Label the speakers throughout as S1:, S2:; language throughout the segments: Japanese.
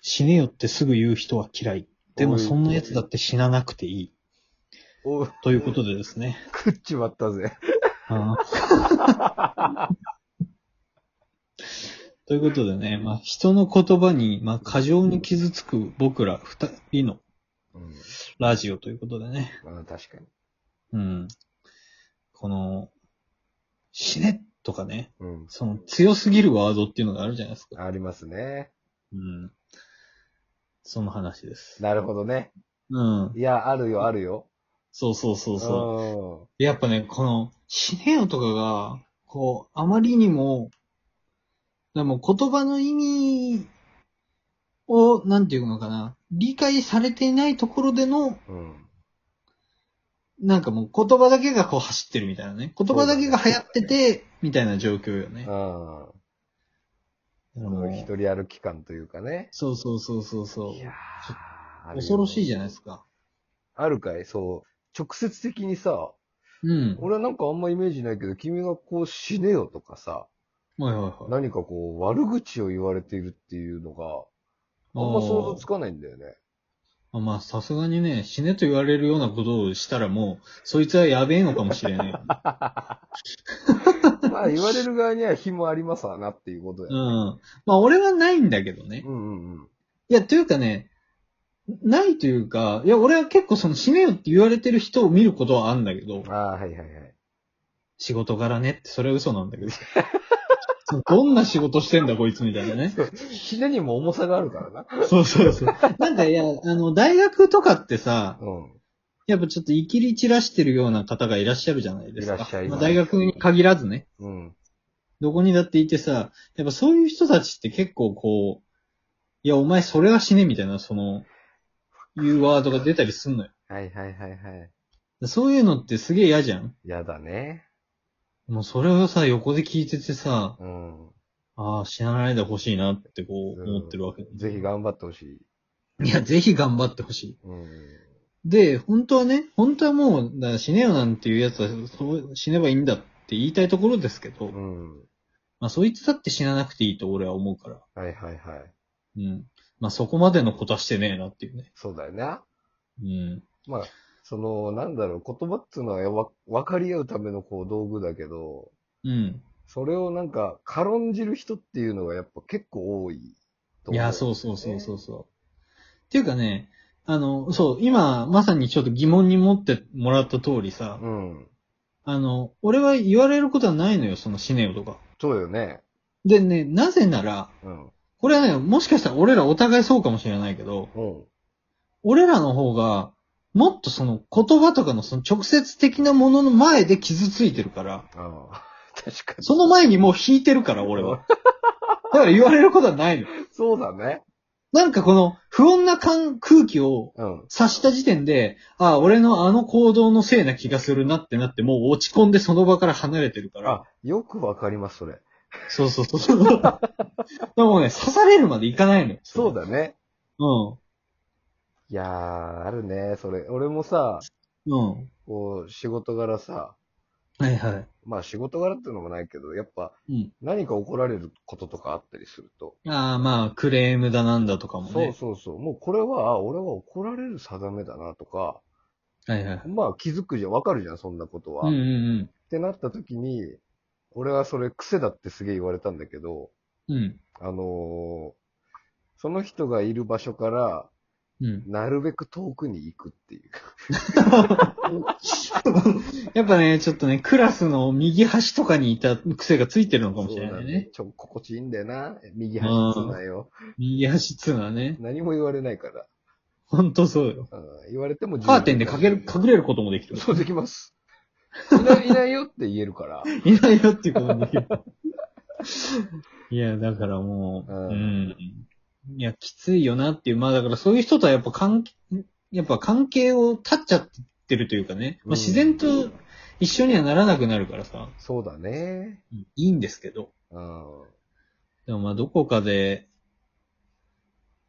S1: 死ねよってすぐ言う人は嫌い。で
S2: お
S1: も
S2: い
S1: そんな奴だって死ななくていい。
S2: お う、
S1: ということでですね。
S2: 食っちまったぜ。
S1: あーということでね、まあ、人の言葉に、まあ、過剰に傷つく僕ら二人の
S2: うん。
S1: ラジオということでね。
S2: まあ確かに。
S1: うん。この、死ねとかね、
S2: うん。
S1: その強すぎるワードっていうのがあるじゃないですか。
S2: ありますね。
S1: うん。その話です。
S2: なるほどね。
S1: うん。
S2: いや、あるよ、あるよ。
S1: そうそうそうそう。
S2: そ
S1: やっぱね、この、死ねよとかが、こう、あまりにも、でも言葉の意味を、なんていうのかな、理解されていないところでの、
S2: うん。うん。
S1: なんかもう言葉だけがこう走ってるみたいなね。言葉だけが流行ってて、みたいな状況よね。
S2: あ
S1: だからも
S2: の
S1: う
S2: 一人歩き感というかね。
S1: そうそうそうそうそ
S2: いやー
S1: う。恐ろしいじゃない
S2: い
S1: ですか。
S2: あるかいそう。直接的にさ、
S1: うん。
S2: 俺はなんかあんまイメージないけど、君がこう死ねよとかさ、
S1: はいはいはい。
S2: 何かこう悪口を言われているっていうのが、あんま想像つかないんだよね。
S1: あまあ、さすがにね、死ねと言われるようなことをしたらもう、そいつはやべえのかもしれない。
S2: まあ言われる側には非もありますわなっていうことや
S1: うん。。まあ、俺はないんだけどね
S2: う。んうんうん。
S1: いや、というかね、ないというか、いや、俺は結構その死ねよって言われてる人を見ることはあるんだけど、
S2: ああ、はいはいはい。
S1: 仕事柄ねって、それは嘘なんだけ ど。そうどんな仕事してんだこいつみたいなね。
S2: 死ねにも重さがあるからな。
S1: そうそうそう。なんかいや、あの、大学とかってさ、
S2: う
S1: やっぱちょっと生きり散らしてるような方がいらっしゃるじゃないですか。
S2: いらっしゃい
S1: ま
S2: ま
S1: あ、
S2: す
S1: 大学に限らずね。
S2: ん。うん。
S1: どこにだっていてさ、やっぱそういう人たちって結構こう、いや、お前それは死ねみたいな、その、いうワードが出たりすんのよ。
S2: はいはいはいはい。
S1: そういうのってすげえ嫌じゃん。
S2: やだね。
S1: もうそれをさ、横で聞いててさ、
S2: うん。
S1: ああ、死なないでほしいなってこう思ってるわけ。
S2: ぜひ頑張ってほし
S1: い
S2: い。
S1: や、ぜひ頑張ってほしい。
S2: うん。
S1: で、本当はね、本当はもう、だから死ねよなんていうやつは、そう死ねばいいんだって言いたいところですけど、
S2: うん。
S1: まあ、そいつだって死ななくていいと俺は思うから。
S2: はいはいはい。
S1: うん。まあ、そこまでのことはしてねえなっていうね。
S2: そうだよね。
S1: うん。
S2: まあ、その、なんだろう、言葉っていうのはわ分かり合うためのこう道具だけど、
S1: うん。
S2: それをなんか軽んじる人っていうのがやっぱ結構多いと
S1: い
S2: 思
S1: や、そうそうそうそうそう。っていうかね、あの、そう、今、まさにちょっと疑問に持ってもらった通りさ、
S2: うん。
S1: あの、俺は言われることはないのよ、その死ねよとか。
S2: そうだよね。
S1: でね、なぜなら、
S2: うん。
S1: これはね、もしかしたら俺らお互いそうかもしれないけど、
S2: うん。
S1: 俺らの方が、もっとその言葉とかのその直接的なものの前で傷ついてるから、
S2: あ あ。確かに。
S1: その前にもう引いてるから、俺は。だから言われることはないの。
S2: そうだね。
S1: なんかこの不穏な感空気を
S2: うん。
S1: 察した時点で、ああ、俺のあの行動のせいな気がするなってなって、もう落ち込んでその場から離れてるから
S2: あ。、よくわかります、それ。
S1: そうそうそうそう。 でもね、刺されるまでいかないのよ。
S2: そう
S1: だ。
S2: だね。いやー、あるね、それ。俺もさ、
S1: うん。うん。
S2: こう、仕事柄さ、
S1: はいは
S2: まあ仕事柄っていうのもないけど、やっぱ
S1: い。
S2: 何か怒られることとかあったりすると、
S1: うん。ああ、まあ、クレームだなんだとかも
S2: そう
S1: ね。
S2: そうそう、もうこれは、あ俺は怒られる定めだなとか、
S1: はいはい。
S2: まあ気づくじゃん、わかるじゃん、そんなことは。
S1: うんう
S2: っ
S1: ん
S2: てなった時に、俺はそれ癖だってすげえ言われたんだけど、
S1: うん。うん。
S2: あのーその人がいる場所から、
S1: うん。
S2: なるべく遠くに行くっていう。
S1: やっぱね、ちょっとね、クラスの右端とかにいた癖がついてるのかもしれ
S2: そ
S1: な
S2: う
S1: い
S2: だ
S1: ね。
S2: ちょ、心地いいんだよな。右端つなよ。
S1: 右端っつうのはね、
S2: 何も言われないから。
S1: ほんとそうよ。
S2: うん言われても
S1: カーテンでかける、
S2: か
S1: 隠れることもできる。
S2: そうで きます。いないいないよって言えるから。
S1: いないよっていうこともできる。 いや、だからもう、う
S2: うん
S1: ん。いや、きついよなっていう。まあだからそういう人とはやっぱ関係、やっぱ関係を断っちゃってるというかね。まあ、自然と一緒にはならなくなるからさ、
S2: そうだね。
S1: いいんですけど。
S2: うん。
S1: でもまあどこかで、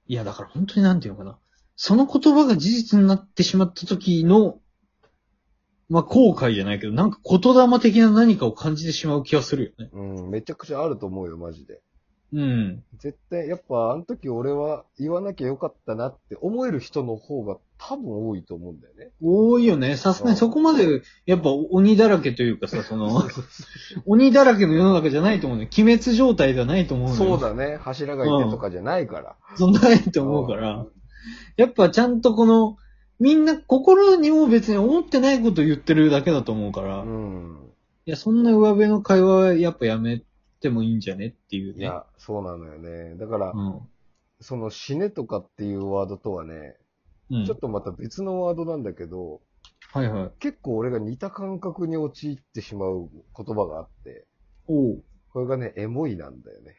S1: いやだから本当になんていうのかな。その言葉が事実になってしまった時の、まあ後悔じゃないけど、なんか言霊的な何かを感じてしまう気がするよね。
S2: うん、めちゃくちゃあると思うよ、マジで。
S1: うん。
S2: 絶対、やっぱあの時俺は言わなきゃよかったなって思える人の方が多分多いと思うんだよね。
S1: 多いよね。さすがにそこまで、やっぱ鬼だらけというかさ、その、鬼だらけの世の中じゃないと思うね。鬼滅状態ではないと思うのよ
S2: そうだね。柱がいてとかじゃないから。
S1: そんなないと思うから、やっぱちゃんとこの、みんな心にも別に思ってないことを言ってるだけだと思うから、
S2: う
S1: い
S2: ん。
S1: や、そんな上辺の会話はやっぱやめてもいいんじゃねっていう
S2: い
S1: ね。
S2: や、そうなのよね。だから、
S1: うん。
S2: その死ねとかっていうワードとはね、
S1: うん
S2: ちょっ。とまた別のワードなんだけど、
S1: はいはい。
S2: 結構俺が似た感覚に陥ってしまう言葉があって、
S1: おう。
S2: これがね、エモいなんだよね。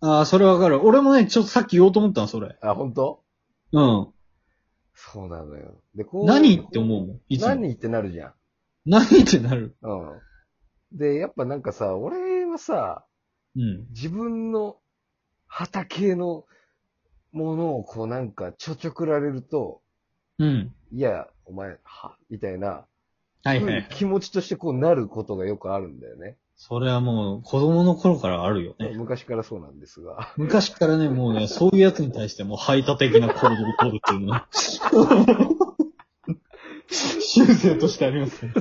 S1: ああ、それわかる。俺もね、ちょっとさっき言おうと思ったの、それ。
S2: あ、本当
S1: うん。
S2: そうなのよ。で、こう。
S1: 何って思うもん。いつも。
S2: 何ってなるじゃん。
S1: 何ってなる。
S2: うん。で、やっぱなんかさ、俺はさ、
S1: うん。
S2: 自分の旗系のものをこうなんかちょちょくられると、
S1: うん。
S2: いや、お前、は、みたいな、
S1: はいはいはい。
S2: 気持ちとしてこうなることがよくあるんだよね。
S1: それはもう、子供の頃からあるよね。
S2: 昔からそうなんですが。
S1: 昔からね、もうね、そういうやつに対してもう排他的な行動を取るっていうの は。修正としてありますね。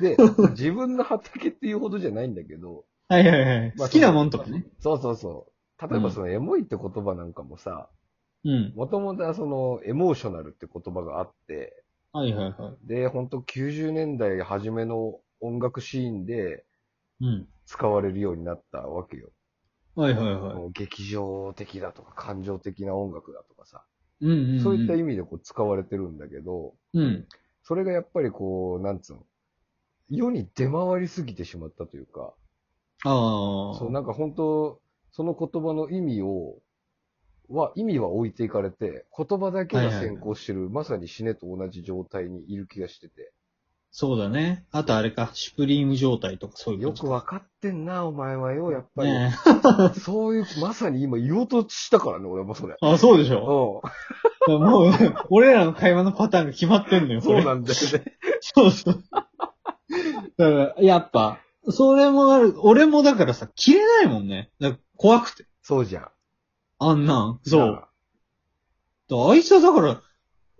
S2: で、自分の畑っていうほどじゃないんだけど、
S1: はいはいはい。
S2: ま
S1: 好
S2: あ
S1: きなもんとかね。
S2: そうそうそう。例えばそのエモいって言葉なんかもさ、
S1: うん。
S2: もともとはそのエモーショナルって言葉があって、
S1: はいはいは
S2: で、ほんと90年代初めの音楽シーンで
S1: い。うん。
S2: 使われるようになったわけよ。
S1: はいはいはい。
S2: もう劇場的だとか感情的な音楽だとかさ、
S1: うんうん、うん。
S2: そういった意味でこう使われてるんだけど、
S1: うん。
S2: それがやっぱりこう、なんつうの、世に出回りすぎてしまったというか、
S1: ああ。
S2: そうなんか本当その言葉の意味を、は、意味は置いていかれて、言葉だけが先行してる、まさに死ねと同じ状態にいる気がしてて、
S1: そうだね。あとあれか、シュプリーム状態とかそういう
S2: よ
S1: 感じ
S2: くわかってんな、お前はよ、やっぱり。
S1: ね
S2: そういう、まさに今言おうとしたからね、俺もそれ。
S1: え。あ、そうでし
S2: うん。
S1: ょもう、俺らの会話のパターンが決まってんのよ、こ
S2: そ
S1: れ
S2: うなんだよね。
S1: そうそう。だから、やっぱ、それもある、俺もだからさ、切れないもんね。だから怖くて。
S2: そうじゃん。
S1: あんなん。そう。だか
S2: な
S1: らあいつはだから、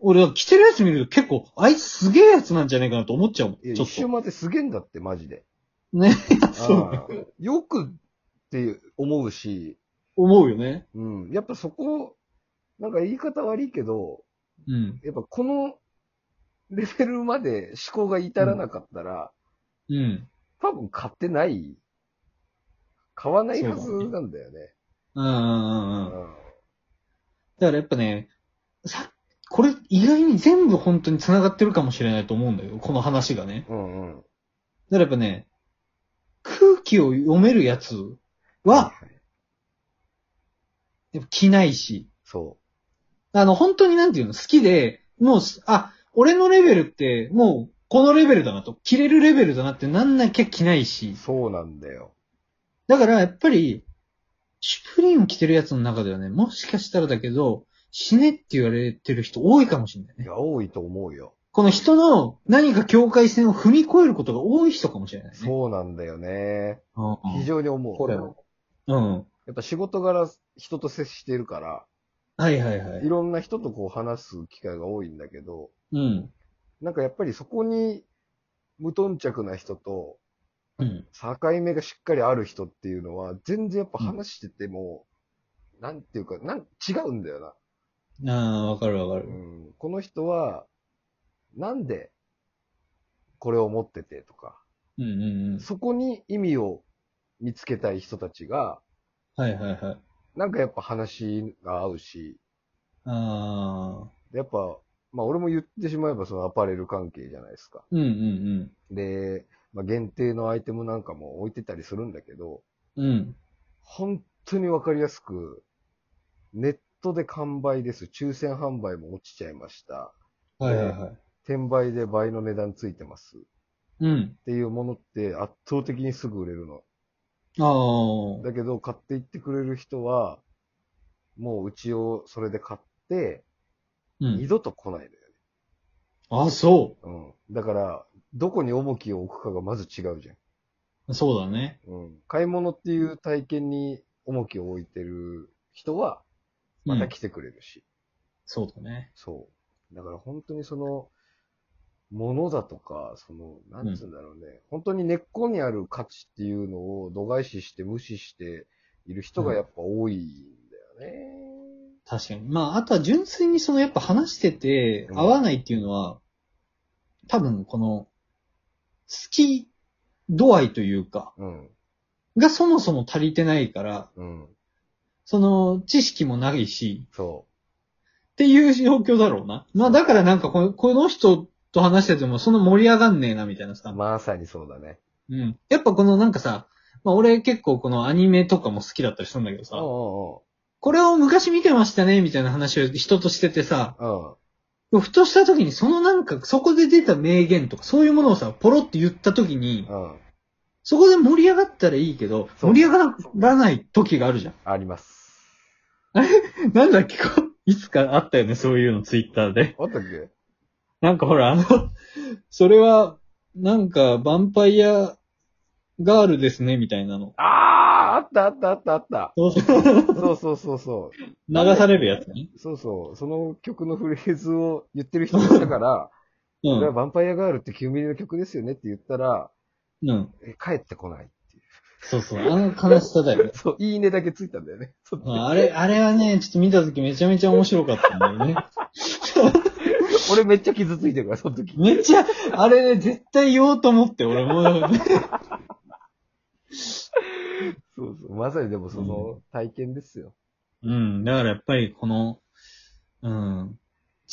S1: 俺は着てるやつ見ると結構、あいつすげえやつなんじゃないかなと思っちゃうもん。
S2: あ。いや、
S1: ちょ
S2: 一
S1: っと
S2: 瞬。待ってすげえんだって、マジで。
S1: ね、 そう。
S2: うんよくって思うし、
S1: 思うよね。
S2: うん。やっぱそこ、なんか言い方悪いけど、
S1: うん。
S2: やっぱこのレベルまで思考が至らなかったら、
S1: うん。
S2: 多分買ってない、買わないはずなんだよね。
S1: うんうんう
S2: うん
S1: うん。だからやっぱね、さ、これ意外に全部本当に繋がってるかもしれないと思うんだよ。この話がね。
S2: ん。うんうん。
S1: だからやっぱね、空気を読めるやつは、
S2: いい
S1: やっぱ着ないし、
S2: そ。
S1: あの、本当になんていうの、好きで、もうす、あ、俺のレベルって、もう、このレベルだなと、着れるレベルだなってなんなきゃ着ないうし。
S2: そうなんだよ。
S1: だから、やっぱり、シュプリーム着てるやつの中ではね、もしかしたらだけど、死ねって言われてる人多いかもしれない
S2: い
S1: ね。
S2: や、多いと思うよ。
S1: この人の何か境界線を踏み越えることが多い人かもしれないね。
S2: そうなんだよね。
S1: うんうん
S2: 非常に思う。
S1: これ
S2: や
S1: をうん。
S2: っぱ仕事柄人と接してるから、
S1: はいはいはいい。
S2: ろんな人とこう話す機会が多いんだけど、
S1: うん。
S2: なんかやっぱりそこに無頓着な人と
S1: うん。
S2: 境目がしっかりある人っていうのは、全然やっぱ話してても、なんていうか、なん、違うんだよな。
S1: ああ、わかるわか
S2: う
S1: る。
S2: ん、この人は、なんでこれを持っててとか、
S1: うんうんうん。
S2: そこに意味を見つけたい人たちが、
S1: はいはいはい。
S2: なんかやっぱ話が合うし、
S1: ああ。
S2: でやっぱ、まあ俺も言ってしまえばそのアパレル関係じゃないですか。
S1: うんうん
S2: で、まあ限定のアイテムなんかも置いてたりするんだけど、
S1: うん。うん。
S2: 本当にわかりやすく、ネットで完売です。抽選販売も落ちちゃいました。
S1: はいはいはい。
S2: 転売で倍の値段ついてます。っ
S1: うん。
S2: ていうものって圧倒的にすぐ売れるの。
S1: ああ。
S2: だけど買っていってくれる人は、もううちをそれで買って、
S1: う
S2: 二
S1: ん。
S2: 度と来ないのよね。
S1: あ、そ
S2: うん。だから、どこに重きを置くかがまず違うじゃん。
S1: う。そうだね。
S2: うん。買い物っていう体験に重きを置いてる人は、また来てくれるし。
S1: そうだね。
S2: そう。だから本当にその、ものだとか、その、なんつうんだろうね、本当に根っこにある価値っていうのを度外視して無視している人がやっぱ多いんだよね。
S1: 確かに。まあ、あとは純粋にそのやっぱ話してて
S2: うん
S1: 合わないっていうのは、多分この、好き度合いというか、
S2: うん。
S1: がそもそも足りてないから、
S2: うん。
S1: その知識もないし、
S2: そ
S1: っていう状況だろうな。まあだからなんかこのこの人と話しててもその盛り上がんねえなみたいな
S2: う。
S1: さ。
S2: まさにそうだね。
S1: うん。やっぱこのなんかさ、まあ俺結構このアニメとかも好きだったりするんだけど
S2: う
S1: さ、
S2: ん
S1: これを昔見てましたねみたいな話を人としててさ、
S2: うんうん。うん。
S1: ふとした時にそのなんかそこで出た名言とかそういうものをさ、ポロって言った時に、
S2: うん。
S1: そこで盛り上がったらいいけど、
S2: そう
S1: 盛り上がらない時があるじゃん。
S2: あります。
S1: なんだっけこいつかあったよね、そういうのツイッターで。
S2: あったっけ
S1: なんかほら、あの、 それは、なんか、ヴァンパイアガールですね、みたいなの。
S2: あーあったあったあったあった。
S1: 流
S2: そうそうそうそう。
S1: されるやつね。
S2: そうそう。その曲のフレーズを言ってる人だったから、
S1: う
S2: これは
S1: ん。
S2: ヴァンパイアガールって9ミリの曲ですよねって言ったら、
S1: うん。
S2: え帰ってこないっていう。
S1: そうそう。あの悲しさだよね。
S2: そう、いいねだけついたんだよね。そう
S1: まああれ、あれはね、ちょっと見たときめちゃめちゃ面白かったんだよね。
S2: 俺めっちゃ傷ついてるから、その時。
S1: めっちゃ、あれね、絶対言おうと思って、俺も。
S2: そうそう。まさにでもその体験ですよ。
S1: うん。だからやっぱり、この、うん。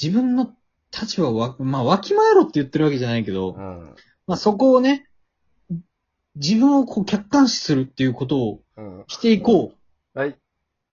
S1: 自分の立場をわ、まあ、わきまえろって言ってるわけじゃないけど、
S2: うん。
S1: まあ、そこをね、自分をこう客観視するっていうことを
S2: うん。
S1: していこう。
S2: はい。